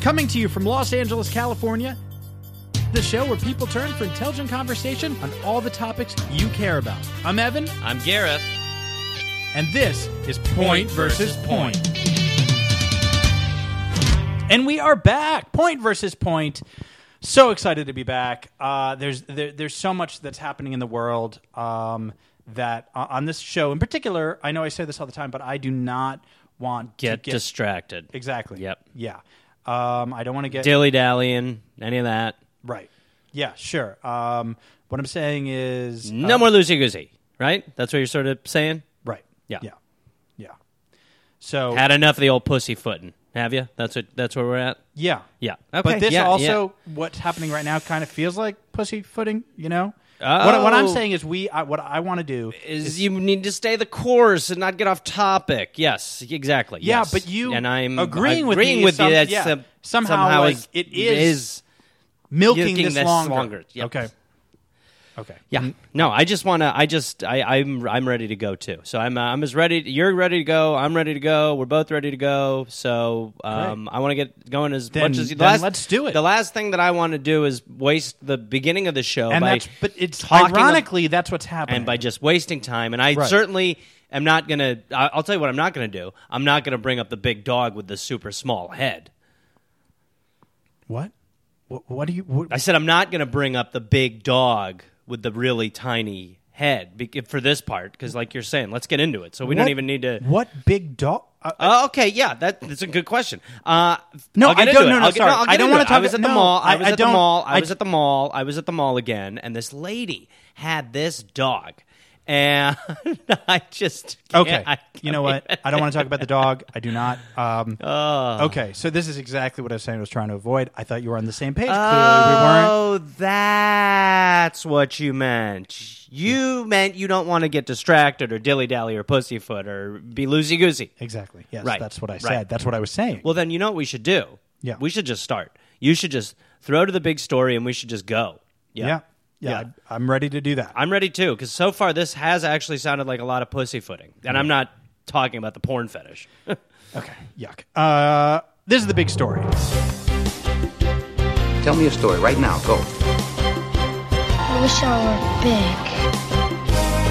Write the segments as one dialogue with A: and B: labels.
A: Coming to you from Los Angeles, California, the show where people turn for intelligent conversation on all the topics you care about. I'm Evan,
B: I'm Gareth.
A: and this is Point versus Point. And we are back. Point versus point. So excited to be back. Uh, there's there, there's so much that's happening in the world um, that uh, on this show in particular. I know I say this all the time, but I do not want
B: Get,
A: to get
B: distracted.
A: exactly.
B: Yep.
A: Yeah. Um, I don't want to get
B: Dilly dallying, any of that.
A: right. Yeah. Sure. Um, what I'm saying is
B: No more loosey goosey, right? That's what you're sort of saying?
A: right.
B: Yeah.
A: Yeah. Yeah. So
B: Had enough of the old pussyfooting, have you? That's what that's where we're at?
A: yeah.
B: Yeah. Okay.
A: But this
B: yeah,
A: also, what's happening right now, kind of feels like pussy footing. You know,
B: Oh.
A: what, what I'm saying is, we I, what I want to do.
B: yeah. is you need to stay the course and not get off topic. Yes, exactly.
A: Yeah,
B: yes.
A: but you
B: and I'm
A: agreeing with
B: agreeing
A: me
B: with
A: some-
B: you that's
A: yeah,
B: some-
A: somehow, like,
B: is,
A: it is Milking,
B: milking
A: this,
B: this
A: longer.
B: longer. Yep.
A: Okay. Okay. Mm.
B: Yeah. No, I just want to. I just. I, I'm. I'm ready to go too. So I'm. Uh, I'm as ready. You're ready to go. I'm ready to go. We're both ready to go. So um, I want to get going as
A: Then-
B: much as. you-
A: then let's do it.
B: The last thing that I want to do is waste the beginning of the show
A: And
B: by
A: that's but it's
B: talking
A: ironically that's what's
B: ab-
A: happening.
B: and by just wasting time. And I
A: Right.
B: certainly am not gonna. I- I'll tell you what. I'm not gonna do. I'm not gonna bring up the big dog with the super small head.
A: what? what? What do you? What,
B: I said I'm not going to bring up the big dog with the really tiny head bec- for this part because, like you're saying, let's get into it. So we
A: what-
B: don't even need to.
A: What big dog? Uh,
B: Uh, okay, yeah, that, that's a good question. Uh,
A: No,
B: I'll get
A: I
B: into
A: don't-
B: it.
A: no, no,
B: I'll get-
A: sorry.
B: I'll
A: I
B: get
A: don't
B: into
A: wanna
B: it.
A: talk
B: I was at
A: about-
B: the mall.
A: no,
B: I
A: I-
B: was
A: I
B: at the
A: don't-
B: mall. I
A: I-
B: was at the mall. I was at the mall again, and this lady had this dog, and I just can't-
A: Okay.
B: I-
A: you know what? I don't want to talk about the dog. I do not. Um, okay. So this is exactly what I was saying I was trying to avoid. I thought you were on the same page. Clearly we weren't.
B: Oh, that's what you meant. You meant you don't want to get distracted or dilly dally or pussyfoot or be loosey goosey.
A: Exactly. Yes.
B: Right,
A: That's what I
B: right.
A: said. That's what I was saying.
B: Well, then you know what we should do?
A: Yeah.
B: We should just start. You should just throw to the big story and we should just go.
A: yeah. Yeah. I, am ready to do that.
B: I'm ready too, because so far this has actually sounded like a lot of pussyfooting. And I'm not talking about the porn fetish.
A: okay. Yuck. Uh, this is the big story.
C: Tell me a story right now. Go.
D: I wish I were big.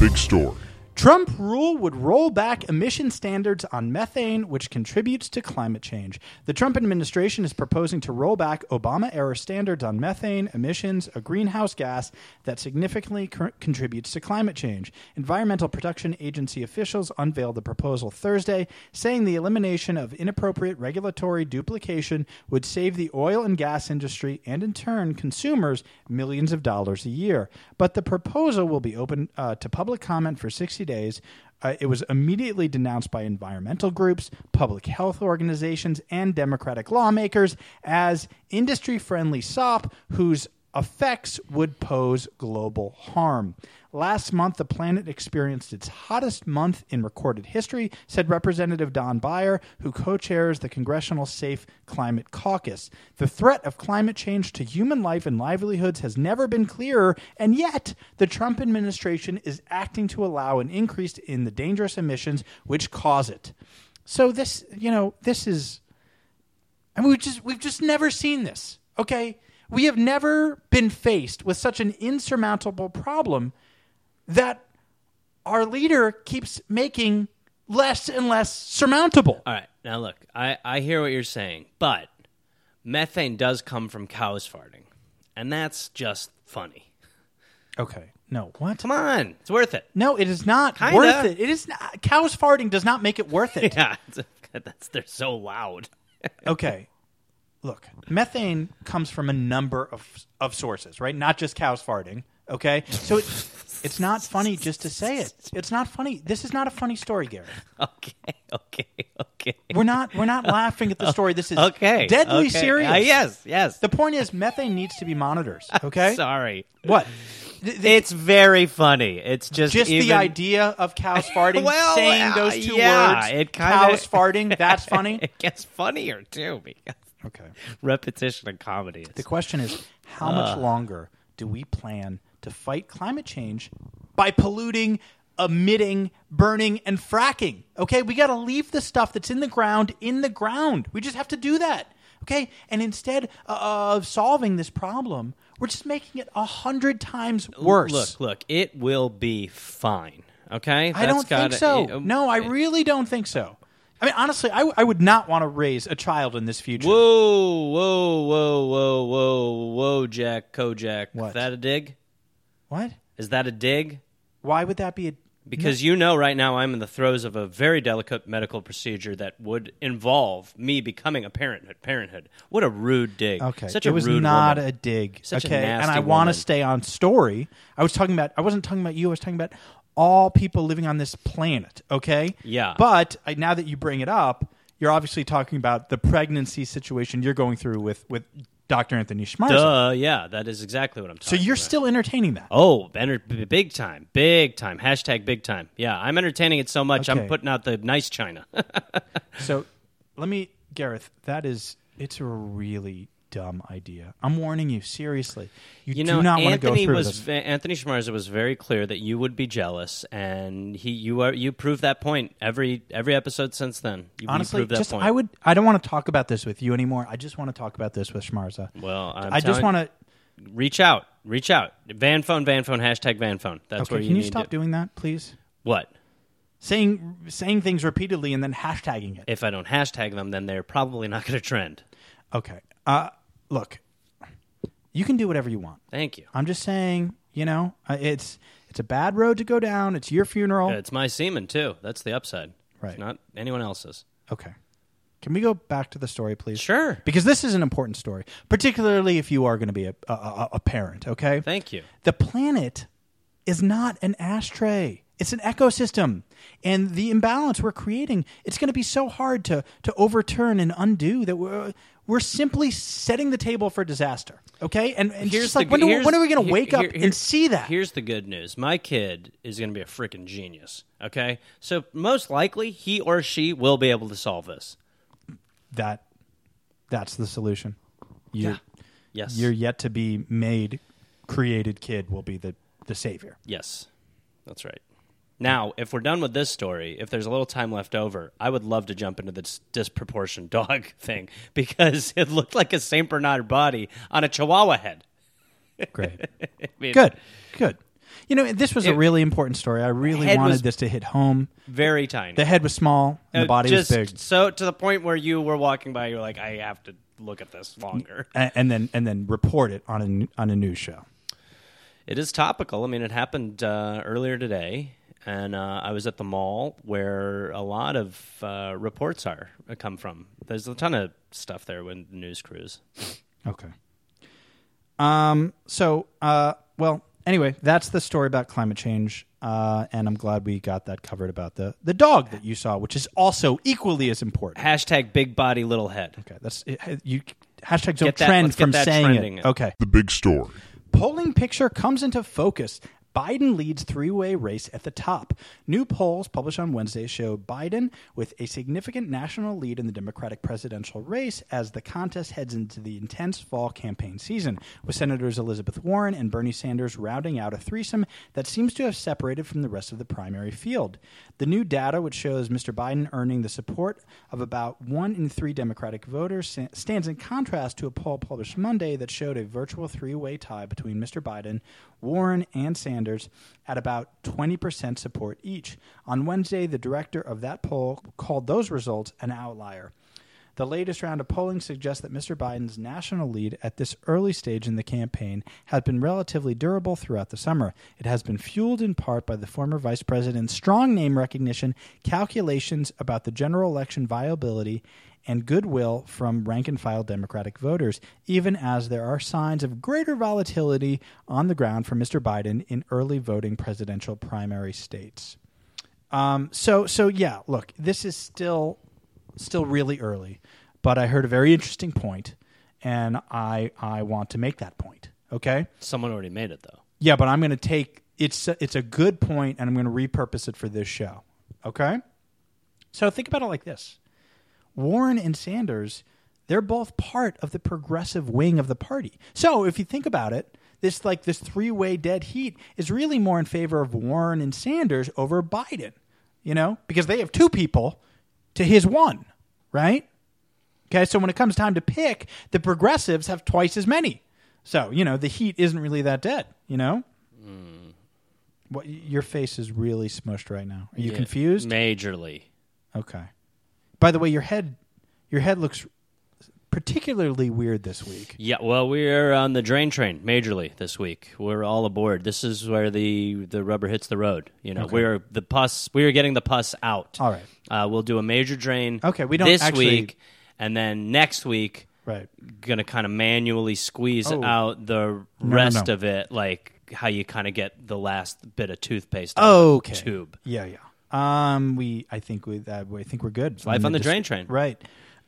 E: Big story.
A: Trump rule would roll back emission standards on methane, which contributes to climate change. The Trump administration is proposing to roll back Obama era standards on methane emissions, a greenhouse gas that significantly cr- contributes to climate change. Environmental Protection Agency officials unveiled the proposal Thursday, saying the elimination of inappropriate regulatory duplication would save the oil and gas industry and, in turn, consumers millions of dollars a year. But the proposal will be open uh, to public comment for 60 days. Uh, it was immediately denounced by environmental groups, public health organizations, and Democratic lawmakers as industry friendly SOP whose effects would pose global harm. Last month, the planet experienced its hottest month in recorded history, said Representative Don Beyer, who co chairs the Congressional Safe Climate Caucus. The threat of climate change to human life and livelihoods has never been clearer, and yet the Trump administration is acting to allow an increase in the dangerous emissions which cause it. So, this, you know, this is. I mean, we just we've just never seen this. Okay, we have never been faced with such an insurmountable problem that our leader keeps making less and less surmountable.
B: All right. Now look, I, I hear what you're saying, but methane does come from cows farting. And that's just funny.
A: Okay, no, what?
B: Come on. It's worth it.
A: No, it is not
B: Kinda.
A: worth it. It is not, cows farting does not make it worth it.
B: Yeah, it's- that's they're so loud.
A: Okay, look, methane comes from a number of of sources, right? Not just cows farting. Okay, so it, it's not funny just to say it. It's not funny. This is not a funny story, Gary.
B: Okay, okay, okay.
A: We're not we're not laughing at the story. This is
B: Okay,
A: deadly
B: okay.
A: serious.
B: Uh, yes, yes.
A: The point is methane needs to be monitors. Okay.
B: Sorry,
A: What?
B: it's very funny. It's just
A: Just the
B: even-
A: idea of cows farting,
B: Well,
A: saying
B: uh,
A: those two
B: yeah,
A: words,
B: it kinda-
A: cows farting, that's funny.
B: It gets funnier too because
A: Okay.
B: repetition and comedy.
A: The
B: Is,
A: question is,
B: Ah.
A: how much longer do we plan to fight climate change by polluting emitting, burning, and fracking. Okay, we got to leave the stuff that's in the ground in the ground. We just have to do that. Okay, and instead uh, of solving this problem, we're just making it a hundred times worse.
B: Look, look, it will be fine. Okay,
A: I don't think so.
B: e-, um,
A: no,
B: eh.
A: I really don't think so. I mean, honestly, I, w- I would not want to raise a child in this future.
B: Whoa, whoa, whoa, whoa, whoa, whoa, Jack Kojak.
A: What?
B: Is that a dig?
A: What?
B: Is that a dig?
A: Why would that be a?
B: Because you know, right now I'm in the throes of a very delicate medical procedure that would involve me becoming a parenthood. Parenthood. What a rude dig.
A: Okay,
B: such
A: it
B: a
A: was
B: rude
A: not
B: woman.
A: a dig.
B: Such a
A: okay, and
B: nasty
A: I want
B: woman.
A: to stay on story. I was talking about. I wasn't talking about you. I was talking about all people living on this planet. Okay.
B: Yeah.
A: But I, now that you bring it up, you're obviously talking about the pregnancy situation you're going through with with Dr. Anthony Schmarzer.
B: Duh, yeah, that is exactly what I'm
A: So
B: talking.
A: you're
B: about.
A: still entertaining that.
B: Oh, enter- b- big time, big time. Hashtag big time. Yeah, I'm entertaining it so much.
A: Okay.
B: I'm putting out the nice china.
A: So let me, Gareth. That is. It's a really dumb idea. I'm warning you seriously. You,
B: You know,
A: do not want to go
B: Anthony
A: through
B: was
A: this.
B: ve- Anthony Schmarzer was very clear that you would be jealous, and he you are you proved that point every every episode since then. You, you
A: Honestly,
B: proved that
A: just
B: point.
A: I would. I don't want to talk about this with you anymore. I just want to talk about this with Schmarza.
B: Well, I'm
A: I just
B: telling-
A: want to.
B: reach out, reach out. Van phone, van phone, hashtag van phone. That's
A: Okay,
B: where you
A: can you
B: need
A: stop
B: to,
A: doing that, please?
B: what.
A: Saying saying things repeatedly and then hashtagging it.
B: If I don't hashtag them, then they're probably not going to trend.
A: Okay. Uh, look, you can do whatever you want.
B: Thank you.
A: I'm just saying, you know, uh, it's it's a bad road to go down. It's your funeral.
B: It's my semen too. That's the upside.
A: Uh-huh. Right.
B: It's not anyone else's.
A: Okay. Can we go back to the story, please?
B: Sure.
A: Because this is an important story, particularly if you are going to be a, a- a, a parent. Okay.
B: Thank you.
A: The planet is not an ashtray. It's an ecosystem. And the imbalance we're creating, it's going to be so hard to, to overturn and undo that we're, we're simply setting the table for disaster. Okay? And, and here's just like,
B: the-
A: when, do,
B: here's-
A: when are we going to
B: here-
A: wake up
B: here- here-
A: and see that?
B: Here's the good news: my kid is going to be a freaking genius. Okay, so most likely he or she will be able to solve this.
A: That, that's the solution. You,
B: Yes.
A: Your yet to be made, created kid will be the, the savior.
B: yes. That's right. Now, if we're done with this story, if there's a little time left over, I would love to jump into this disproportioned dog thing because it looked like a Saint Bernard body on a Chihuahua head.
A: Great.
B: I mean,
A: good. Good. You know, this was a really important story. I really
B: Head
A: wanted
B: was-
A: this to hit home.
B: Very tiny.
A: The head was small, and the
B: Uh,
A: body
B: just
A: was big.
B: So to the point where you were walking by, you were like, "I have to look at this longer."
A: A- and then and then report it on a n- on a news show.
B: It is topical. I mean, it happened uh, earlier today, and uh, I was at the mall where a lot of uh, reports are uh, come from. There's a ton of stuff there when the news crews.
A: Okay. Um. So, uh, well, anyway, that's the story about climate change. Uh, and I'm glad we got that covered about the the dog that you saw, which is also equally as important.
B: Hashtag big body, little head.
A: Okay, that's you. Hashtags don't
B: Get that-
A: trend
B: let's get
A: from
B: that
A: saying
B: trending.
A: it. Okay.
C: The big story.
A: Polling picture comes into focus. Biden leads three way race at the top. New polls published on Wednesday show Biden with a significant national lead in the Democratic presidential race as the contest heads into the intense fall campaign season, with Senators Elizabeth Warren and Bernie Sanders rounding out a threesome that seems to have separated from the rest of the primary field. The new data, which shows Mr. Biden earning the support of about one in three Democratic voters, sa- stands in contrast to a poll published Monday that showed a virtual three way tie between Mr. Biden, Warren, and Sanders at about 20% support each. On Wednesday, the director of that poll called those results an outlier. The latest round of polling suggests that Mr. Biden's national lead at this early stage in the campaign has been relatively durable throughout the summer. It has been fueled in part by the former vice president's strong name recognition, calculations about the general election viability, and goodwill from rank and file Democratic voters, even as there are signs of greater volatility on the ground for Mr. Biden in early voting presidential primary states. Um, so so yeah, look, this is still still really early, but I heard a very interesting point, and I I want to make that point. Okay.
B: Someone already made it though.
A: Yeah, but I'm going to take it's it's a good point, and I'm going to repurpose it for this show. Okay. So think about it like this: Warren and Sanders, they're both part of the progressive wing of the party. So if you think about it, this like this three-way dead heat is really more in favor of Warren and Sanders over Biden, you know? Because they have two people to his one, right? Okay, so when it comes time to pick, the progressives have twice as many. So, you know, the heat isn't really that dead, you know? What your face is really smushed right now. Are you
B: Yeah,
A: confused?
B: Majorly.
A: Okay. By the way, your head your head looks particularly weird this week.
B: Yeah, well, we're on the drain train majorly this week. We're all aboard. This is where the, the rubber hits the road. You know, we're the pus. We are getting the pus out.
A: All right.
B: uh, we'll do a major drain.
A: Okay, we don't
B: this
A: actually-
B: week, and then next week,
A: Right.
B: gonna kind of manually squeeze
A: Oh.
B: out the
A: no,
B: rest
A: no.
B: of it, like how you kind of get the last bit of toothpaste. out of the
A: Okay.
B: tube.
A: Yeah, yeah. Um we I think we that I think we're good.
B: life
A: I'm
B: on the
A: just-
B: drain train.
A: Right.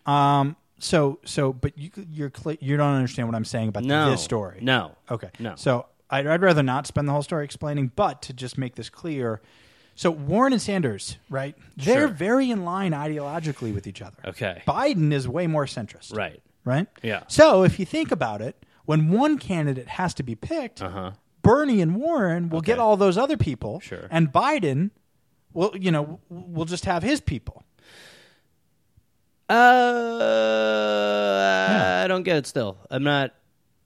A: Um so so but you you're cl- you don't understand what I'm saying about
B: No
A: this story.
B: No.
A: Okay.
B: No.
A: So I'd, I'd rather not spend the whole story explaining, but to just make this clear. So Warren and Sanders, right? They're
B: Sure.
A: very in line ideologically with each other.
B: Okay.
A: Biden is way more centrist.
B: Right.
A: Right?
B: Yeah.
A: So if you think about it, when one candidate has to be picked, Bernie and Warren will get
B: Uh-huh. Okay.
A: all those other people.
B: Sure.
A: And Biden will, you know, will just have his people.
B: Uh, I don't get it. Still, I'm not.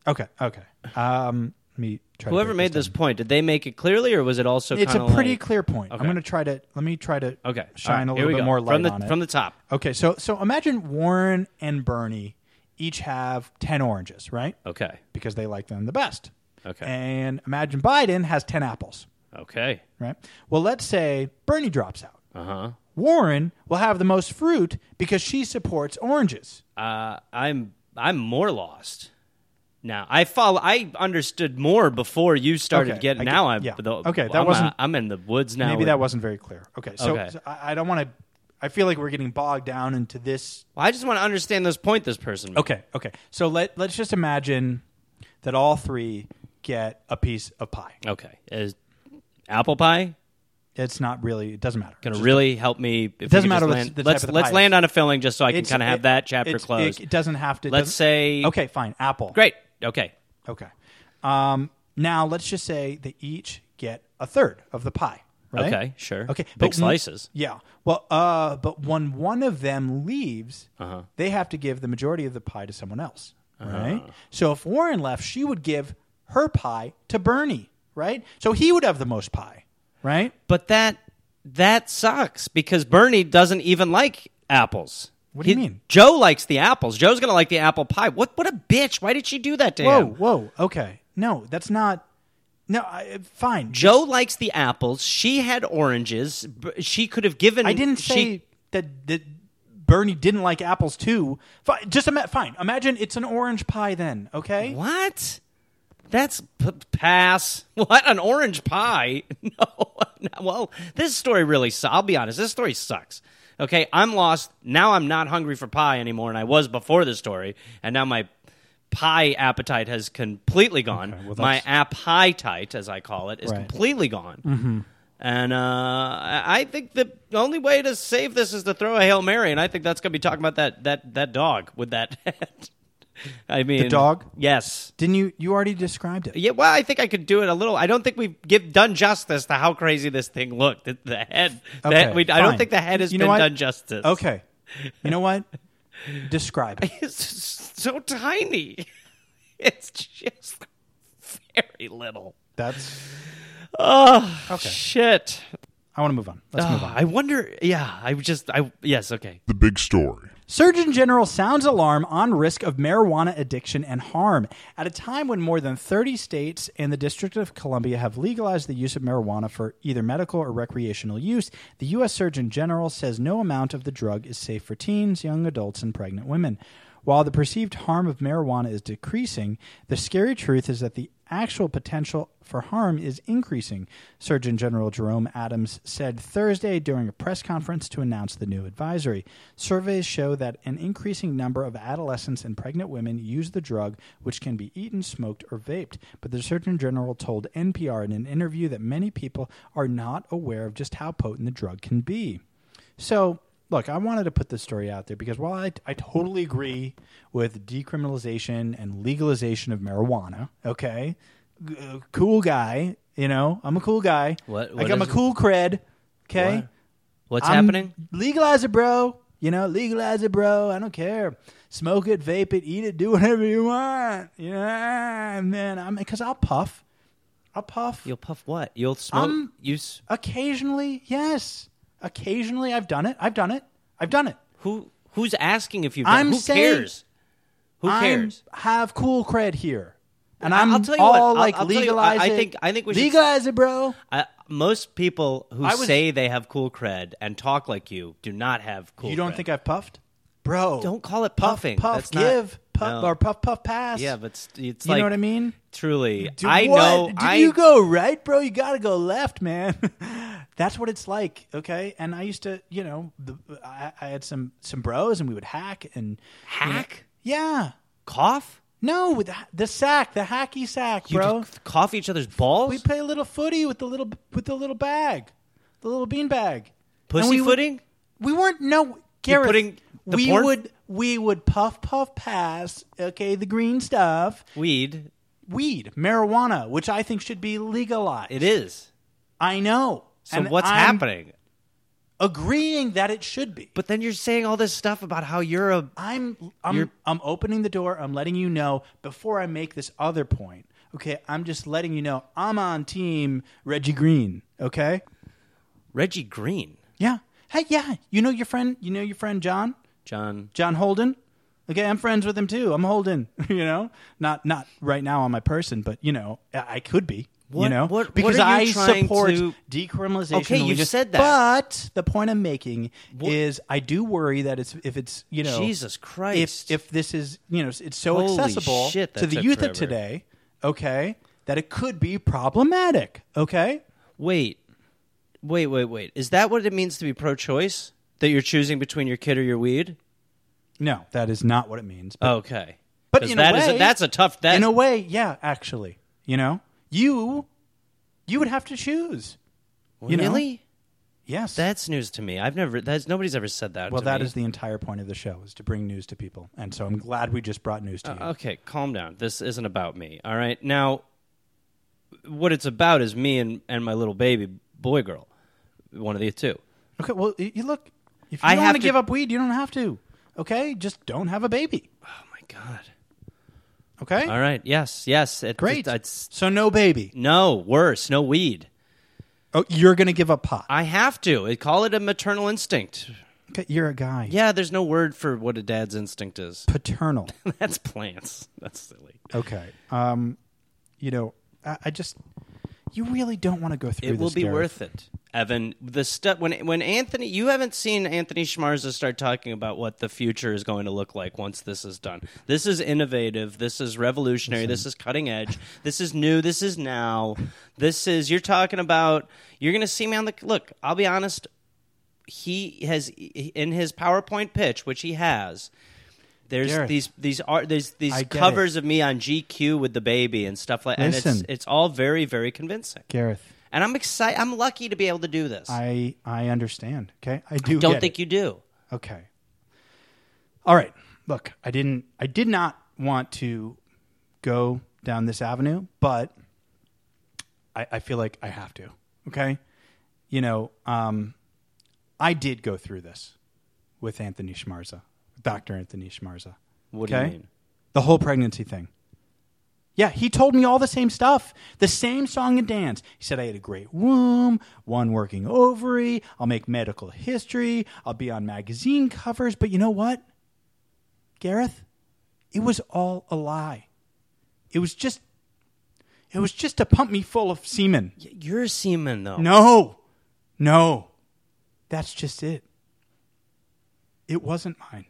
A: Okay. Okay. Um, let me try to
B: Whoever
A: break
B: made
A: down.
B: this point, did they make it clearly, or was it also?
A: it's a
B: kinda
A: pretty
B: like-
A: clear point. I'm
B: Okay.
A: going to try to let me try to
B: Okay,
A: shine
B: all
A: a
B: right,
A: little
B: here we
A: bit
B: go.
A: more light
B: from the
A: on it
B: from the top.
A: Okay, so so imagine Warren and Bernie each have ten oranges, right?
B: Okay,
A: Because they like them the best.
B: Okay.
A: And imagine Biden has ten apples,
B: okay,
A: right? Well, let's say Bernie drops out.
B: uh huh.
A: Warren will have the most fruit because she supports oranges.
B: Uh, I'm I'm more lost now. I follow. I understood more before you started
A: Okay,
B: getting.
A: I get-
B: Now I'm
A: yeah.
B: the-
A: Okay, that
B: I'm,
A: wasn't-
B: A, I'm in the woods now.
A: Maybe that wasn't very clear. Okay, so,
B: Okay.
A: so I, I don't want to. I feel like we're getting bogged down into this
B: Well, I just want to understand this point this person. Made.
A: Okay, okay. So let let's just imagine that all three get a piece of pie.
B: Okay. Is apple pie
A: It's not really. It doesn't matter.
B: going
A: It's just-
B: to really help me? If we
A: doesn't
B: could
A: matter
B: just
A: what
B: Land,
A: the type
B: let's
A: of the
B: let's
A: pie
B: land
A: is.
B: on a filling just so I can
A: it's-
B: kind of have
A: it-
B: that chapter
A: it's-
B: closed.
A: It, it doesn't have to. it
B: Let's
A: doesn't-
B: say-
A: Okay, fine. Apple.
B: Great. Okay.
A: Okay. Um, now let's just say they each get a third of the pie. Right?
B: Okay, sure.
A: Okay.
B: Big
A: but one-
B: slices.
A: yeah. Well, uh, but when one of them leaves,
B: Uh-huh.
A: they have to give the majority of the pie to someone else. Right. So if Warren left, she would give her pie to Bernie. Right. So he would have the most pie. Right.
B: But that that sucks because Bernie doesn't even like apples.
A: What do you mean?
B: Joe likes the apples. Joe's gonna like the apple pie. What? What a bitch! Why did she do that to
A: Whoa.
B: him?
A: Whoa. Okay. No, that's not. No. I, fine.
B: Joe likes the apples. She had oranges. B- She could have given.
A: I didn't say
B: she-
A: that that Bernie didn't like apples too. Fine, just ima- fine. Imagine it's an orange pie then, okay?
B: what. That's p- pass. What an orange pie. No. no. Well, this story really. su- I'll be honest. This story sucks. Okay, I'm lost now. I'm not hungry for pie anymore, and I was before this story, and now my pie appetite has completely gone.
A: Okay, well,
B: my
A: that's-
B: appetite, as I call it, is
A: Right. Mm-hmm.
B: completely gone. And uh, I I think the only way to save this is to throw a hail mary, and I think that's going to be talking about that that that dog with that. head. I mean,
A: dog?
B: Yes.
A: Didn't you you already described it?
B: Yeah. Well, I think I could do it a little. I don't think we've give, done justice to how crazy this thing looked. The, the head. the
A: Okay,
B: head- we, I don't
A: fine.
B: think the head has
A: You know
B: been
A: what?
B: done justice.
A: Okay. You know what? Describe it.
B: It's just so tiny. It's just very little.
A: That's
B: Oh
A: Okay.
B: shit!
A: I want to move on. Let's move
B: Ah,
A: on.
B: I wonder. Yeah, I just. I yes. Okay.
C: The big story.
A: Surgeon General sounds alarm on risk of marijuana addiction and harm. At a time when more than 30 states and the District of Columbia have legalized the use of marijuana for either medical or recreational use, the U.S. Surgeon General says no amount of the drug is safe for teens, young adults, and pregnant women. While the perceived harm of marijuana is decreasing, the scary truth is that the actual potential for harm is increasing, Surgeon General Jerome Adams said Thursday during a press conference to announce the new advisory. Surveys show that an increasing number of adolescents and pregnant women use the drug, which can be eaten, smoked, or vaped. But the Surgeon General told NPR in an interview that many people are not aware of just how potent the drug can be. So, look, I wanted to put this story out there because while I, I totally agree with decriminalization and legalization of marijuana, okay, uh, cool guy. You know, I'm a cool guy.
B: What-
A: like
B: what
A: I'm a
B: is-
A: cool cred. Okay.
B: What? What's
A: I'm-
B: happening?
A: Legalize it, bro. You know, legalize it, bro. I don't care. Smoke it, vape it, eat it, do whatever you want. Yeah, man. I'm because I'll puff. I'll puff.
B: You'll puff what? You'll smoke.
A: Um,
B: you s-
A: Occasionally, yes. Occasionally, I've done it. I've done it. I've done it.
B: who? Who's asking if you've?
A: I'm
B: done? Who
A: saying-
B: cares? Who
A: I'm-
B: cares?
A: have cool cred here, and
B: I-
A: I'm
B: I'll tell you
A: all
B: what, I'll-
A: like
B: I'll tell you, I-
A: legalize
B: I
A: it.
B: think- I think we should-
A: legalize it, bro.
B: I, most people who
A: I was-
B: say they have cool cred and talk like you do not have cool.
A: you don't
B: cred.
A: think I've puffed, bro?
B: Don't call it
A: puff,
B: puffing.
A: Puff,
B: That's not-
A: give, puff,
B: No.
A: or puff, puff, pass.
B: Yeah, but it's, it's
A: you
B: like
A: know what I mean.
B: Truly,
A: Do-
B: I
A: what?
B: know.
A: Did
B: I
A: you go right, bro? You gotta go left, man. That's what it's like, okay? And I used to, you know, the, I, I had some some bros, and we would hack and you know-
B: hack
A: yeah,
B: cough.
A: no, with the, the sack, the hacky sack,
B: You
A: bro.
B: just cough each other's balls.
A: We play a little footy with the little with the little bag, the little bean bag.
B: Pussy
A: And we would-
B: footing.
A: we weren't no Gareth.
B: putting the
A: we
B: porn-
A: would we would puff puff pass, okay, the green stuff,
B: Weed.
A: weed, marijuana, which I think should be legalized.
B: It is.
A: I know.
B: So
A: And
B: what's
A: I'm
B: happening?
A: Agreeing that it should be.
B: But then you're saying all this stuff about how you're a.
A: I'm I'm
B: You're-
A: I'm opening the door. I'm letting you know before I make this other point. Okay, I'm just letting you know I'm on team Reggie Green. Okay.
B: Reggie Green,
A: Yeah. Hey, yeah. You know your friend. You know your friend John.
B: John.
A: John Holden. Okay, I'm friends with him too. I'm Holden. You know, not not right now on my person, but you know, I I could be. you
B: What-
A: know,
B: what- what
A: because
B: are you
A: I
B: trying
A: support
B: to-
A: decriminalization.
B: Okay,
A: and we
B: you
A: just-
B: said that.
A: But the point I'm making
B: What-
A: is, I do worry that it's if it's you know,
B: Jesus
A: if
B: Christ.
A: if this is you know, it's so
B: Holy
A: accessible
B: shit, that
A: to the
B: took
A: youth
B: forever.
A: of today. Okay, that it could be problematic. Okay,
B: Wait, wait, wait, wait. Is that what it means to be pro-choice? That you're choosing between your kid or your weed?
A: no, that is not what it means. But
B: Okay.
A: But
B: 'Cause
A: in a
B: that is
A: way-
B: that's a tough. That
A: in a way, yeah, actually, you know, you you would have to choose. you know?
B: really.
A: Yes,
B: That's news to me. I've never. That's nobody's ever said that.
A: well,
B: to
A: that
B: me.
A: is the entire point of the show is to bring news to people, and so I'm glad we just brought news to you.
B: Okay, calm down. This isn't about me. All right. Now, what it's about is me and, and my little baby boy girl, one of the two.
A: Okay, well, y- you look. If you
B: I
A: don't
B: have
A: want to
B: to-
A: give up weed, you don't have to. Okay, just don't have a baby.
B: Oh my god.
A: Okay,
B: All right. Yes. Yes. It,
A: great.
B: it- it's
A: so no baby.
B: no worse. No weed.
A: Oh, you're gonna give up pot.
B: I have to. I call it a maternal instinct.
A: Okay, you're a guy.
B: Yeah. There's no word for what a dad's instinct is.
A: Paternal.
B: that's plants. That's silly.
A: okay. Um, you know, I, I just you really don't want to go through.
B: It will
A: this,
B: be
A: Gareth.
B: worth it, Evan. The stuff when when Anthony, you haven't seen Anthony Schmarza start talking about what the future is going to look like once this is done. This is innovative. This is revolutionary. This is cutting edge. This is new. This is now. This is you're talking about. You're going to see me on the look. I'll be honest. He has in his PowerPoint pitch, which he has. There's
A: Gareth.
B: these these art there's
A: I
B: these
A: get it.
B: covers of me on GQ with the baby and stuff like and it's
A: Listen.
B: it's all very very convincing.
A: Gareth.
B: And I'm excited. I'm lucky to be able to do this. I
A: I I understand. Okay, I do.
B: don't
A: get
B: think
A: it.
B: you do.
A: Okay. All right. Look, I didn't. I did not want to go down this avenue, but I, I feel like I have to. Okay. You know, um, I did go through this with Anthony Schmarza, Doctor Anthony Schmarza.
B: What do
A: okay?
B: you mean?
A: The whole pregnancy thing. Yeah, he told me all the same stuff, the same song and dance. He said, I had a great womb, one working ovary, I'll make medical history, I'll be on magazine covers. But you know what, Gareth? It was all a lie. It was just, it was just to pump me full of semen.
B: Y- You're a seaman, though.
A: No, no, that's just it. It wasn't mine.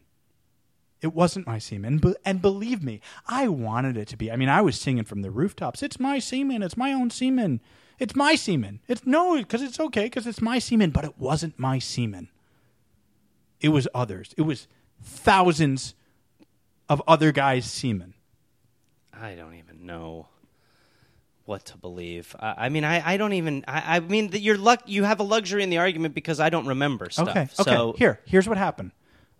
A: It wasn't my semen. And, be- and believe me, I wanted it to be. I mean, I was singing from the rooftops. It's my semen. It's my own semen. It's my semen. It's no, because it's okay, because it's my semen, but it wasn't my semen. It was others. It was thousands of other guys' semen.
B: I don't even know what to believe. I, I mean, I, I don't even. I, I mean, that you're luck. You have a luxury in the argument because I don't remember stuff.
A: Okay. Okay.
B: So
A: Here, here's what happened.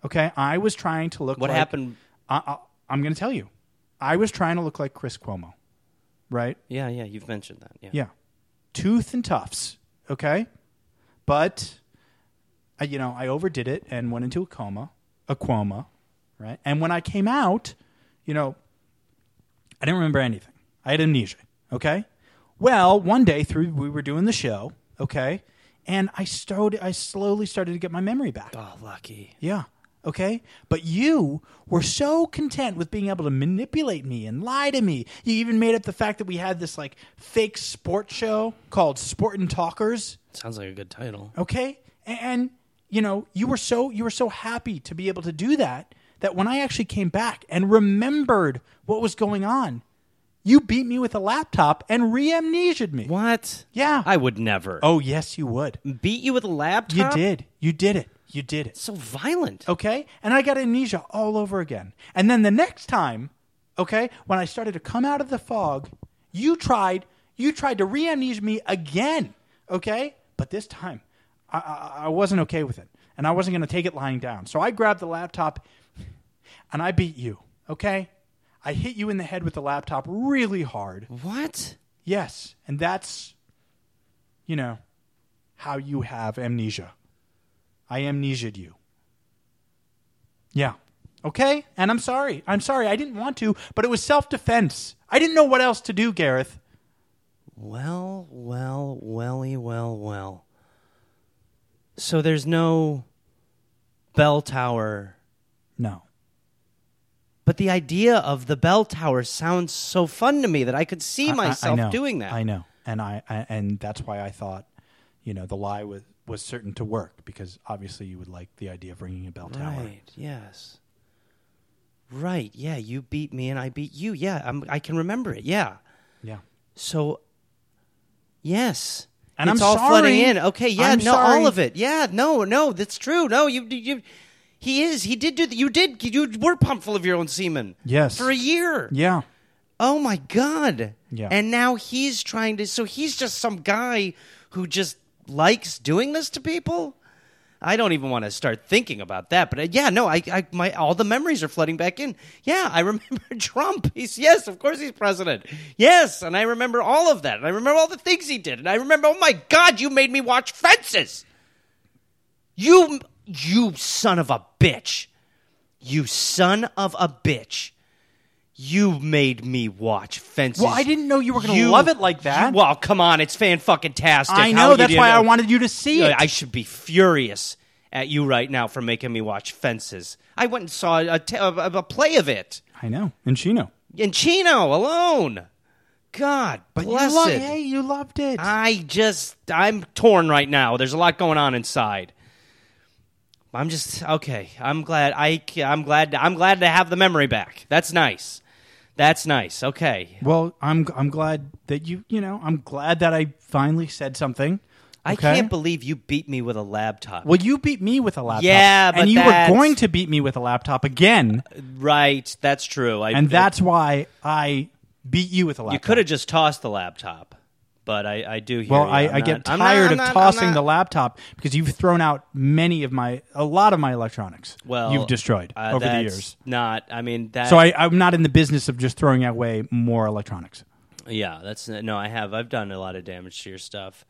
A: Okay, I was trying to look.
B: What
A: like-
B: happened?
A: I, I, I'm going to tell you. I was trying to look like Chris Cuomo. right?
B: Yeah, yeah, you've mentioned that. Yeah.
A: Yeah. Tooth and tufts. Okay. But, I, you know, I overdid it and went into a coma, a coma, right? And when I came out, you know, I didn't remember anything. I had amnesia. Okay. Well, one day through, we were doing the show. Okay. And I started, I slowly started to get my memory back.
B: Oh, lucky.
A: Yeah. Okay. But you were so content with being able to manipulate me and lie to me. You even made up the fact that we had this like fake sports show called Sport and Talkers.
B: Sounds like a good title.
A: Okay. And, and you know, you were so you were so happy to be able to do that that when I actually came back and remembered what was going on, you beat me with a laptop and re amnesiaed me.
B: What?
A: Yeah.
B: I would never.
A: Oh yes, you would.
B: Beat you with a
A: You
B: laptop?
A: did. Oh. You did it. You did it.
B: So violent.
A: Okay? And I got amnesia all over again. And then the next time, okay, when I started to come out of the fog, you tried you tried to re-amnesia me again. Okay? But this time I, I, I wasn't okay with it. And I wasn't gonna take it lying down. So I grabbed the laptop and I beat you. Okay? I hit you in the head with the laptop really hard.
B: What?
A: Yes. And that's you know how you have amnesia. I amnesia'd you. Yeah. Okay? And I'm sorry. I'm sorry. I didn't want to, but it was self defense. I didn't know what else to do, Gareth.
B: Well, well, welly, well, well. So there's no bell tower,
A: No.
B: but the idea of the bell tower sounds so fun to me that I could see
A: I- I-
B: myself
A: I know.
B: doing that.
A: I know. And I, I and that's why I thought, you know, the lie was was certain to work because obviously you would like the idea of ringing a bell tower.
B: Right. Yes. Right. Yeah. You beat me, and I beat you. Yeah. I'm, I can remember it. Yeah.
A: Yeah.
B: So. Yes.
A: And
B: it's
A: I'm
B: all flooding
A: sorry.
B: in. Okay. Yeah.
A: I'm
B: no.
A: sorry.
B: All of it. Yeah. No. No. That's true. No. You. You. He is. He did do. th- You did. You were pumped full of your own semen.
A: Yes.
B: For a year.
A: Yeah.
B: Oh my god.
A: Yeah.
B: And now he's trying to so he's just some guy who just likes doing this to people? I don't even want to start thinking about that, but uh, yeah, no, I, I, my, all the memories are flooding back in. Yeah, I remember Trump. He's yes, of course he's president. Yes, and I remember all of that, and I remember all the things he did, and I remember, oh my God, you made me watch Fences. You, you son of a bitch, you son of a bitch. You made me watch Fences.
A: Well, I didn't know you were gonna love it like that.
B: you- well, come on, it's fan fucking tastic.
A: I know. That's why I wanted you to see it.
B: I should be furious at you right now for making me watch Fences. I went and saw a, t- a- a play of it
A: I know. And Chino.
B: in Chino alone. God
A: But
B: bless
A: you loved,
B: it.
A: hey, you loved it.
B: I just I'm torn right now. There's a lot going on inside. I'm just okay. I'm glad I c- I'm glad I'm glad to have the memory back. That's nice. That's nice. Okay.
A: Well, I'm I'm glad that you you know I'm glad that I finally said something.
B: I
A: okay?
B: can't believe you beat me with a laptop.
A: Well, you beat me with a laptop.
B: Yeah, but
A: and you
B: that's-
A: were going to beat me with a laptop again,
B: Right, that's true. I,
A: and that's why I beat you with a laptop.
B: you could have just tossed the laptop, but I, I do hear.
A: Well,
B: you.
A: I,
B: I'm
A: I
B: not-
A: get
B: I'm not-
A: tired
B: I'm
A: of
B: not- I'm
A: tossing
B: not-
A: the laptop because you've thrown out many of my a lot of my electronics.
B: Well,
A: you've destroyed
B: uh,
A: over the
B: that's
A: years.
B: Not, I mean that.
A: So I, I'm not in the business of just throwing away more electronics.
B: yeah, that's no. I have. I've done a lot of damage to your stuff.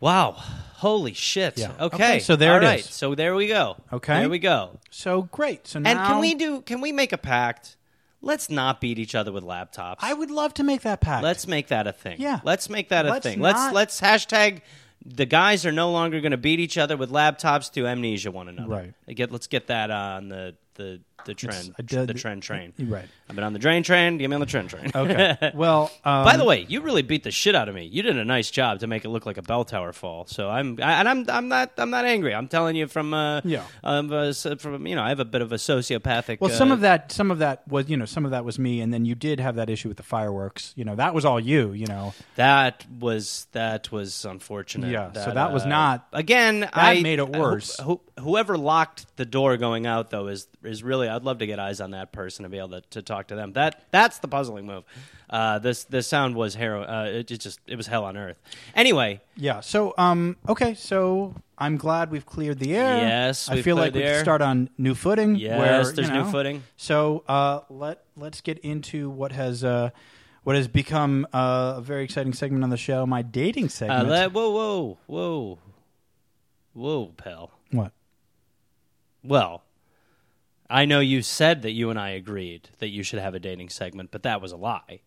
B: Wow, holy shit!
A: Yeah.
B: Okay.
A: Okay, so there
B: All
A: it
B: right,
A: is.
B: So there we go.
A: Okay.
B: there we go.
A: So great. So now
B: And can we do? Can we make a pact? Let's not beat each other with laptops.
A: I would love to make that pact.
B: Let's make that a thing.
A: Yeah.
B: Let's make that a
A: Let's
B: thing.
A: not-
B: Let's let's hashtag the guys are no longer going to beat each other with laptops to amnesia one another.
A: Right.
B: I Get let's get that on the the the trend
A: I did-
B: the trend train.
A: Right.
B: I've been on the drain train. Get me on the trend train.
A: Okay. Well, um,
B: By the way, you really beat the shit out of me. You did a nice job to make it look like a bell tower fall. So I'm, I, and I'm, I'm not, I'm not angry. I'm telling you from, uh,
A: Yeah.
B: um, uh, so- from you know, I have a bit of a sociopathic.
A: Well, some
B: uh,
A: of that, some of that was, you know, some of that was me, and then you did have that issue with the fireworks. You know, that was all you. You know,
B: That was that was unfortunate. uh,
A: Yeah, so that was not-
B: again. I
A: made it worse.
B: who- who- whoever locked the door going out though is is really. I'd love to get eyes on that person and be able to, to talk to them. That that's the puzzling move. Uh, this this sound was harrow. Uh, it, it just it was hell on earth. Anyway,
A: yeah. So, um, okay, so I'm glad we've cleared the air.
B: Yes,
A: I
B: we've
A: feel
B: cleared
A: like we
B: the
A: can
B: air.
A: start on new footing.
B: Yes,
A: where,
B: there's
A: you
B: new
A: know,
B: footing.
A: So, uh, let let's get into what has uh, what has become uh, a very exciting segment on the show, my dating
B: Uh,
A: segment.
B: let, whoa, whoa, whoa, whoa, pal.
A: what?
B: Well, I know you said that you and I agreed that you should have a dating segment, but that was a lie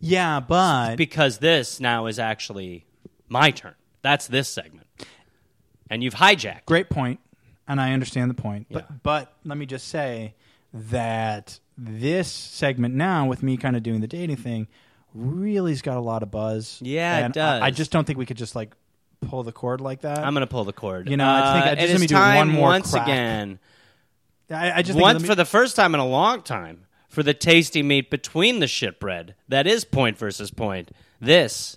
A: Yeah, but
B: because this now is actually my turn. That's this segment, and you've hijacked.
A: great point, and I understand the point. But
B: Yeah.
A: but let me just say that this segment now, with me kind of doing the dating thing, really's got a lot of buzz.
B: Yeah, it
A: And I- I
B: does.
A: just don't think we could just like pull the cord like that.
B: I'm gonna pull the cord.
A: You know, I think I
B: Uh,
A: just
B: it
A: let
B: is
A: me do
B: time
A: one more
B: once
A: crack.
B: again.
A: I, I just think
B: One
A: let me-
B: for the first time in a long time for the tasty meat between the shit bread. That is point versus point. This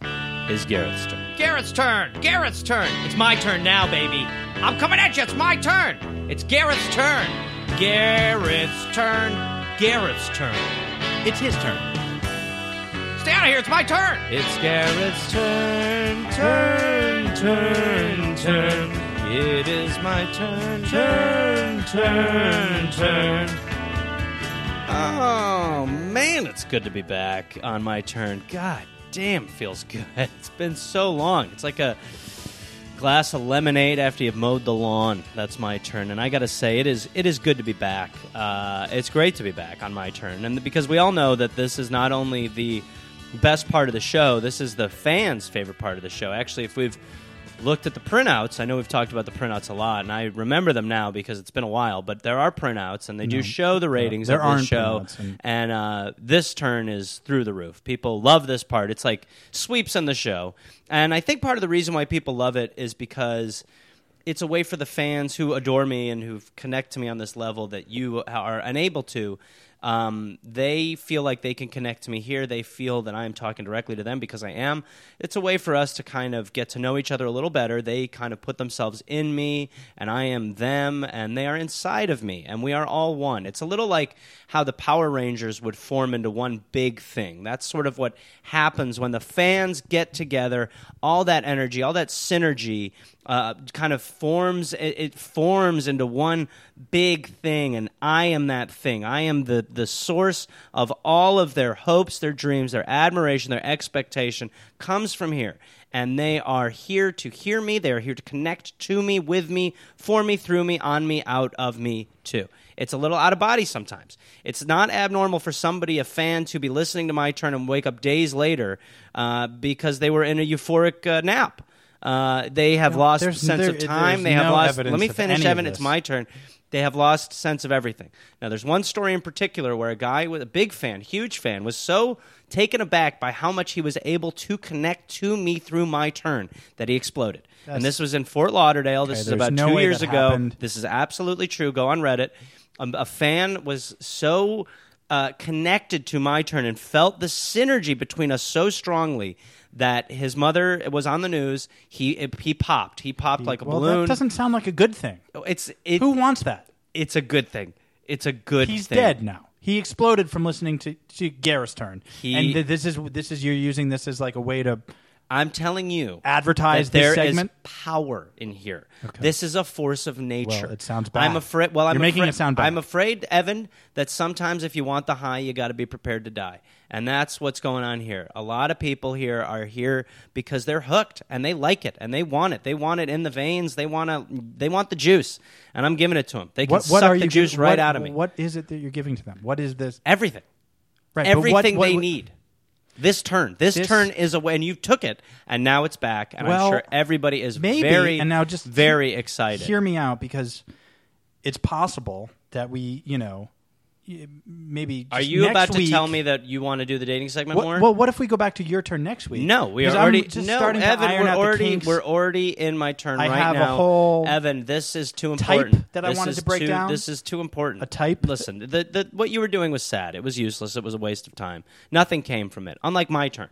B: is Garrett's turn.
C: Garrett's turn. Garrett's turn. It's my turn now, baby. I'm coming at you. It's my turn. It's Garrett's turn. Garrett's turn. Garrett's turn.
A: it's his turn.
C: Stay out of here. It's my turn. It's Garrett's turn. Turn, turn, turn. It is my turn. Turn, turn, turn.
B: Oh man, it's good to be back on my turn. God damn, feels good. It's been so long. It's like a glass of lemonade after you've mowed the lawn. That's my turn, and I gotta say, it is it is good to be back. Uh, it's great to be back on my turn, and because we all know that this is not only the best part of the show, this is the fans' favorite part of the show. Actually, if we've looked at the printouts, I know we've talked about the printouts a lot, and I remember them now because it's been a while. But there are printouts, and they do show the ratings
A: there
B: of
A: aren't
B: this show.
A: printouts, and-
B: And uh, this turn is through the roof. People love this part. It's like sweeps on the show. And I think part of the reason why people love it is because it's a way for the fans who adore me and who connect to me on this level that you are unable to. Um, they feel like they can connect to me here. They feel that I'm talking directly to them because I am. It's a way for us to kind of get to know each other a little better. They kind of put themselves in me, and I am them, and they are inside of me, and we are all one. It's a little like how the Power Rangers would form into one big thing. That's sort of what happens when the fans get together. All that energy, all that synergy, uh, kind of forms. It, it forms into one big thing, and I am that thing. I am the the source of all of their hopes, their dreams, their admiration, their expectation comes from here. And they are here to hear me. They are here to connect to me, with me, for me, through me, on me, out of me, too. It's a little out of body sometimes. It's not abnormal for somebody, a fan, to be listening to my turn and wake up days later uh, because they were in a euphoric uh, nap. Uh, they have lost
A: there's-
B: sense
A: there-
B: of
A: there's
B: time. They have
A: no
B: lost.
A: evidence
B: Let me
A: of
B: finish,
A: any of
B: Evan. It's
A: this.
B: my my turn. They have lost sense of everything. Now, there's one story in particular where a guy with a big fan, huge fan, was so taken aback by how much he was able to connect to me through my turn that he exploded. and this was in Fort Lauderdale. this is
A: there's
B: about
A: no
B: two
A: way
B: years
A: that
B: ago.
A: happened.
B: This is absolutely true. Go on Reddit. Um, a fan was so uh, connected to my turn and felt the synergy between us so strongly that his mother was on the news. He he popped. He popped like a
A: Well,
B: balloon.
A: that doesn't sound like a good thing.
B: it's it,
A: Who wants that?
B: it's a good thing. It's a good
A: He's
B: thing.
A: dead now. He exploded from listening to, to Gareth's turn,
B: He-
A: and th- this is this is you're using this as like a way to
B: I'm telling you.
A: advertise
B: that there
A: this
B: is
A: segment.
B: power in here. This is a force of nature.
A: Well, it sounds
B: I'm
A: bad.
B: afraid. Well, I'm
A: You're making
B: afraid-
A: it sound bad.
B: I'm afraid, Evan, that sometimes if you want the high, you got to be prepared to die, and that's what's going on here. A lot of people here are here because they're hooked and they like it and they want it. They want it in the veins. They want to. They want the juice, and I'm giving it to them. They can
A: What what
B: suck
A: are
B: the
A: you
B: juice
A: giving-
B: right
A: what-
B: out of me.
A: What is it that you're giving to them? What is this?
B: Everything.
A: Right, but
B: everything
A: what- what-
B: they
A: what-
B: need. This turn, this,
A: This-
B: turn is away, and you took it, and now it's back, and
A: Well,
B: I'm sure everybody is
A: maybe
B: very
A: and now just
B: very
A: he-
B: excited.
A: Hear me out because it's possible that we, you know, y- maybe.
B: Are
A: just
B: you
A: next
B: about to
A: week-
B: tell me that you want to do the dating segment
A: What,
B: more?
A: well, what if we go back to your turn next week?
B: no, we are
A: Because I'm
B: already
A: just
B: no,
A: starting to
B: Evan.
A: iron
B: we're
A: out the
B: already
A: kinks.
B: we're already in my turn
A: I
B: right
A: have a
B: now.
A: whole
B: Evan, this is too
A: type
B: important.
A: that I
B: This
A: wanted
B: is
A: to break
B: too-
A: down.
B: This is too important.
A: A type?
B: Listen, the, the, what you were doing was sad. It was useless. It was a waste of time. Nothing came from it. Unlike my turn.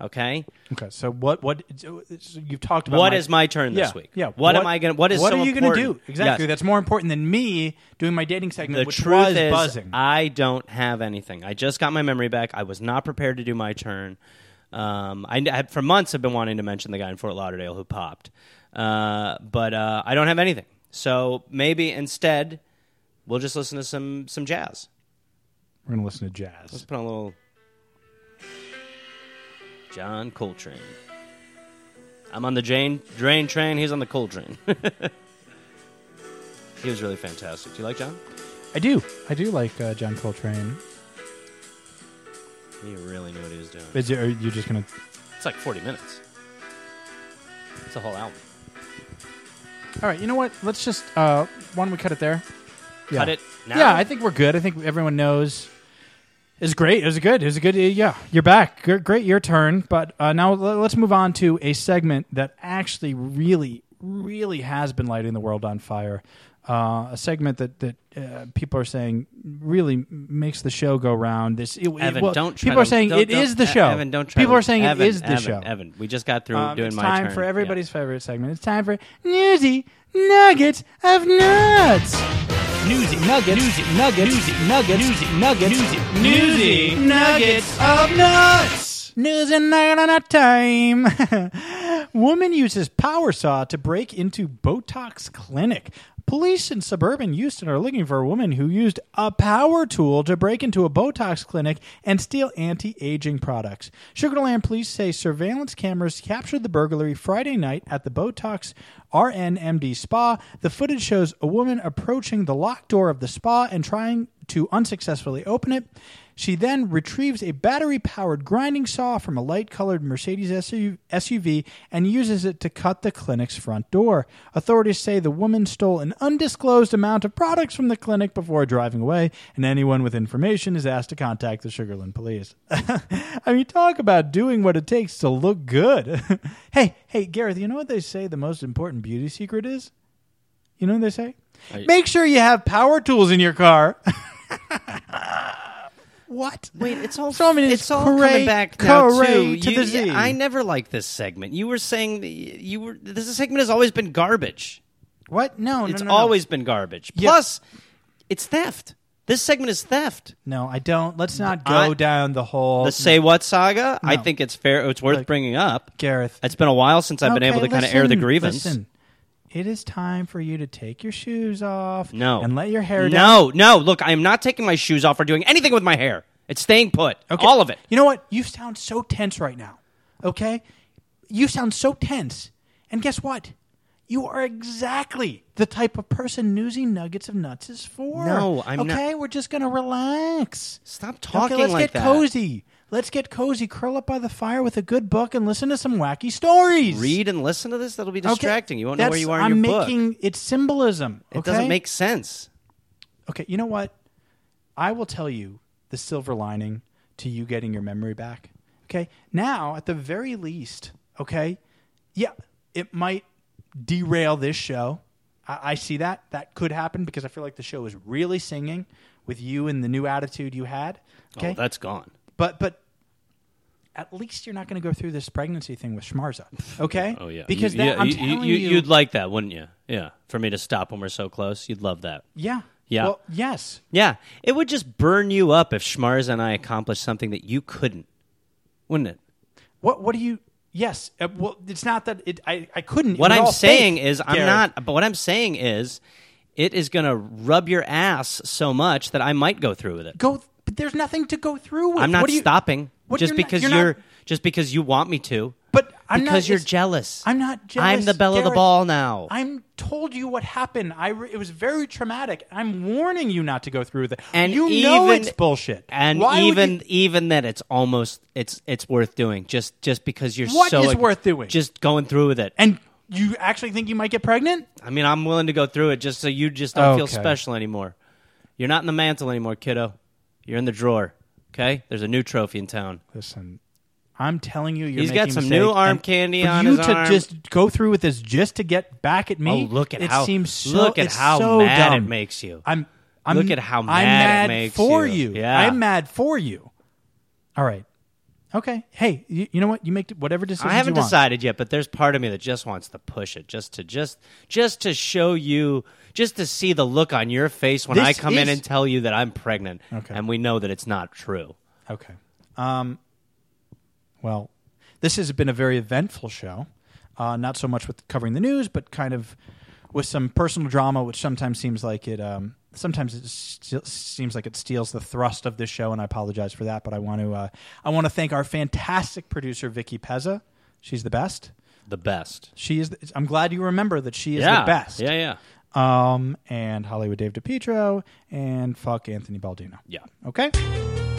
B: Okay.
A: Okay, so what? What so you've talked about?
B: What
A: What is
B: is my turn this
A: yeah,
B: week?
A: Yeah.
B: What am I gonna- what is
A: What
B: so
A: are you gonna
B: important?
A: do? Exactly.
B: Yes.
A: That's more important than me doing my dating segment,
B: the
A: which
B: truth
A: was
B: is,
A: buzzing.
B: I don't have anything. I just got my memory back. I was not prepared to do my turn. Um, I, I for months have been wanting to mention the guy in Fort Lauderdale who popped, uh, but uh, I don't have anything. So maybe instead, we'll just listen to some some jazz.
A: We're gonna listen to jazz.
B: Let's put on a little. John Coltrane. I'm on the Jane Drain train. He's on the Coltrane. he was really fantastic. Do you like John?
A: I do. I do like uh, John Coltrane.
B: He really knew what he was doing.
A: Is it, are you just gonna?
B: It's like 40 minutes. It's a whole album.
A: All right. You know what? Let's just. Uh, why don't we cut it there? Yeah.
B: Cut it now.
A: Yeah, I think we're good. I think everyone knows. It's great. It was good. It was a good. Yeah, you're back. Gr- Great, your turn. But uh, now l- let's move on to a segment that actually really, really has been lighting the world on fire. Uh, a segment that that uh, people are saying really m- makes the show go round. This it, it-
B: Evan,
A: well,
B: don't try
A: people
B: to-
A: are saying
B: don't-
A: it
B: don't-
A: is the
B: E-
A: show.
B: Evan, don't try
A: people
B: to-
A: are saying
B: Evan,
A: it is the
B: Evan,
A: show.
B: Evan, we just got through
A: Um,
B: doing
A: it's
B: my
A: time
B: turn.
A: for
B: Yeah.
A: everybody's favorite segment. It's time for newsy nuggets of nuts.
E: Newsy nuggets. Newsy nuggets. Newsy nuggets. Newsy nuggets.
A: Newsy nuggets of nuts. News and nugget on a time. Woman uses power saw to break into Botox clinic. Police in suburban Houston are looking for a woman who used a power tool to break into a Botox clinic and steal anti-aging products. Sugarland police say surveillance cameras captured the burglary Friday night at the Botox RNMD spa. The footage shows a woman approaching the locked door of the spa and trying to unsuccessfully open it. She then retrieves a battery powered grinding saw from a light colored Mercedes SU- SUV and uses it to cut the clinic's front door. Authorities say the woman stole an undisclosed amount of products from the clinic before driving away, and anyone with information is asked to contact the Sugarland police. I mean, talk about doing what it takes to look good. hey, hey, Gareth, you know what they say the most important beauty secret is? You know what they say? Make sure you have power tools in your car. what?
B: Wait, it's all
A: So, I mean, it's
B: it's, all coming
A: cray-
B: back now too.
A: cray to
B: You-
A: the Z.
B: I never liked this segment. You were saying that y- you were this segment has always been garbage.
A: What? No, no,
B: it's
A: no, no.
B: always been garbage.
A: Yeah.
B: Plus, it's theft. This segment is theft.
A: No, I don't. Let's not go
B: I-
A: down the whole.
B: The say what saga. I
A: No.
B: think it's fair. It's worth
A: Look,
B: bringing up.
A: Gareth.
B: It's been a while since I've been
A: Okay,
B: able to kind of air the
A: listen,
B: grievance.
A: Listen, it is time for you to take your shoes off.
B: No,
A: and let your hair down.
B: No, no. Look, I am not taking my shoes off or doing anything with my hair. It's staying put.
A: Okay.
B: All of it.
A: You know what? You sound so tense right now. Okay? You sound so tense. And guess what? You are exactly the type of person Newsy Nuggets of Nuts is for.
B: No, I'm not-
A: Okay, we're just going to relax.
B: Stop talking
A: okay, let's
B: like
A: get
B: that.
A: cozy. Let's get cozy, curl up by the fire with a good book and listen to some wacky stories.
B: Read and listen to this. That'll be
A: Okay,
B: distracting. You won't know where
A: that's-
B: you are in
A: I'm
B: your book.
A: making it symbolism.
B: It
A: okay?
B: doesn't make sense.
A: Okay, you know what? I will tell you the silver lining to you getting your memory back. Okay? Now, at the very least, okay? Yeah, it might derail this show. I, I see that. That could happen because I feel like the show is really singing with you and the new attitude you had. Okay?
B: Oh, that's gone.
A: but but at least you're not going to go through this pregnancy thing with Schmarza. Okay?
B: Oh yeah,
A: Because
B: you,
A: that,
B: yeah,
A: I'm
B: you,
A: telling
B: you,
A: you,
B: would like that, wouldn't you? Yeah, for me to stop when we're so close, you'd love that.
A: yeah.
B: Yeah.
A: Well, yes.
B: Yeah, it would just burn you up if Schmarz and I accomplished something that you couldn't, wouldn't it?
A: What what do you? Yes. Uh, well, it's not that it, I I couldn't. It
B: What
A: was
B: I'm
A: all
B: saying
A: fake,
B: is, I'm
A: Garrett.
B: not. But what I'm saying is, it is going to rub your ass so much that I might go through with it.
A: go. But there's nothing to go through with.
B: I'm not
A: What do you-
B: stopping
A: what,
B: just
A: you're not-
B: because
A: you're not-
B: just because you want me to.
A: But I'm
B: because
A: not,
B: you're
A: it's-
B: jealous.
A: I'm not jealous.
B: I'm the belle of
A: Garrett.
B: the ball now.
A: I'm told you what happened. I re- it was very traumatic. I'm warning you not to go through with it.
B: and
A: you
B: even,
A: know it's bullshit.
B: And
A: Why would
B: even
A: you-
B: even that, it's almost it's it's worth doing just just because you're
A: What
B: so
A: is
B: ag-
A: worth doing?
B: Just going through with it.
A: and you actually think you might get pregnant?
B: I mean, I'm willing to go through it just so you just don't feel
A: Okay.
B: special anymore. You're not in the mantle anymore, kiddo. You're in the drawer. Okay, there's a new trophy in town.
A: Listen, I'm telling you, you're
B: He's got
A: making
B: some
A: a
B: new
A: mistake,
B: arm
A: and
B: candy
A: for
B: on
A: you
B: his
A: to
B: arm.
A: just go through with this just to get back at me.
B: Oh, look at
A: it
B: how-
A: seems so,
B: look at
A: it's
B: how
A: so
B: mad it
A: dumb.
B: makes you.
A: I'm, I'm
B: Look at how
A: I'm
B: mad it
A: mad
B: makes
A: for
B: you.
A: you.
B: Yeah.
A: I'm mad for you. All right, okay. Hey, you, you know what? You make whatever decision
B: I haven't
A: you want.
B: decided yet, but there's part of me that just wants to push it, just to just just to show you, just to see the look on your face when
A: This
B: I come in
A: is-
B: and tell you that I'm pregnant,
A: Okay.
B: and we know that it's not true.
A: Okay. Um, well, this has been a very eventful show. Uh, not so much with covering the news, but kind of with some personal drama, which sometimes seems like it um, sometimes it still seems like it steals the thrust of this show, and I apologize for that. But I want to uh, I want to thank our fantastic producer Vicky Pezza. She's the best.
B: The best.
A: She is. The, I'm glad you remember that she is
B: yeah.
A: the best.
B: Yeah, yeah.
A: Um, and Hollywood Dave DePietro and fuck Anthony Baldino.
B: Yeah.
A: Okay.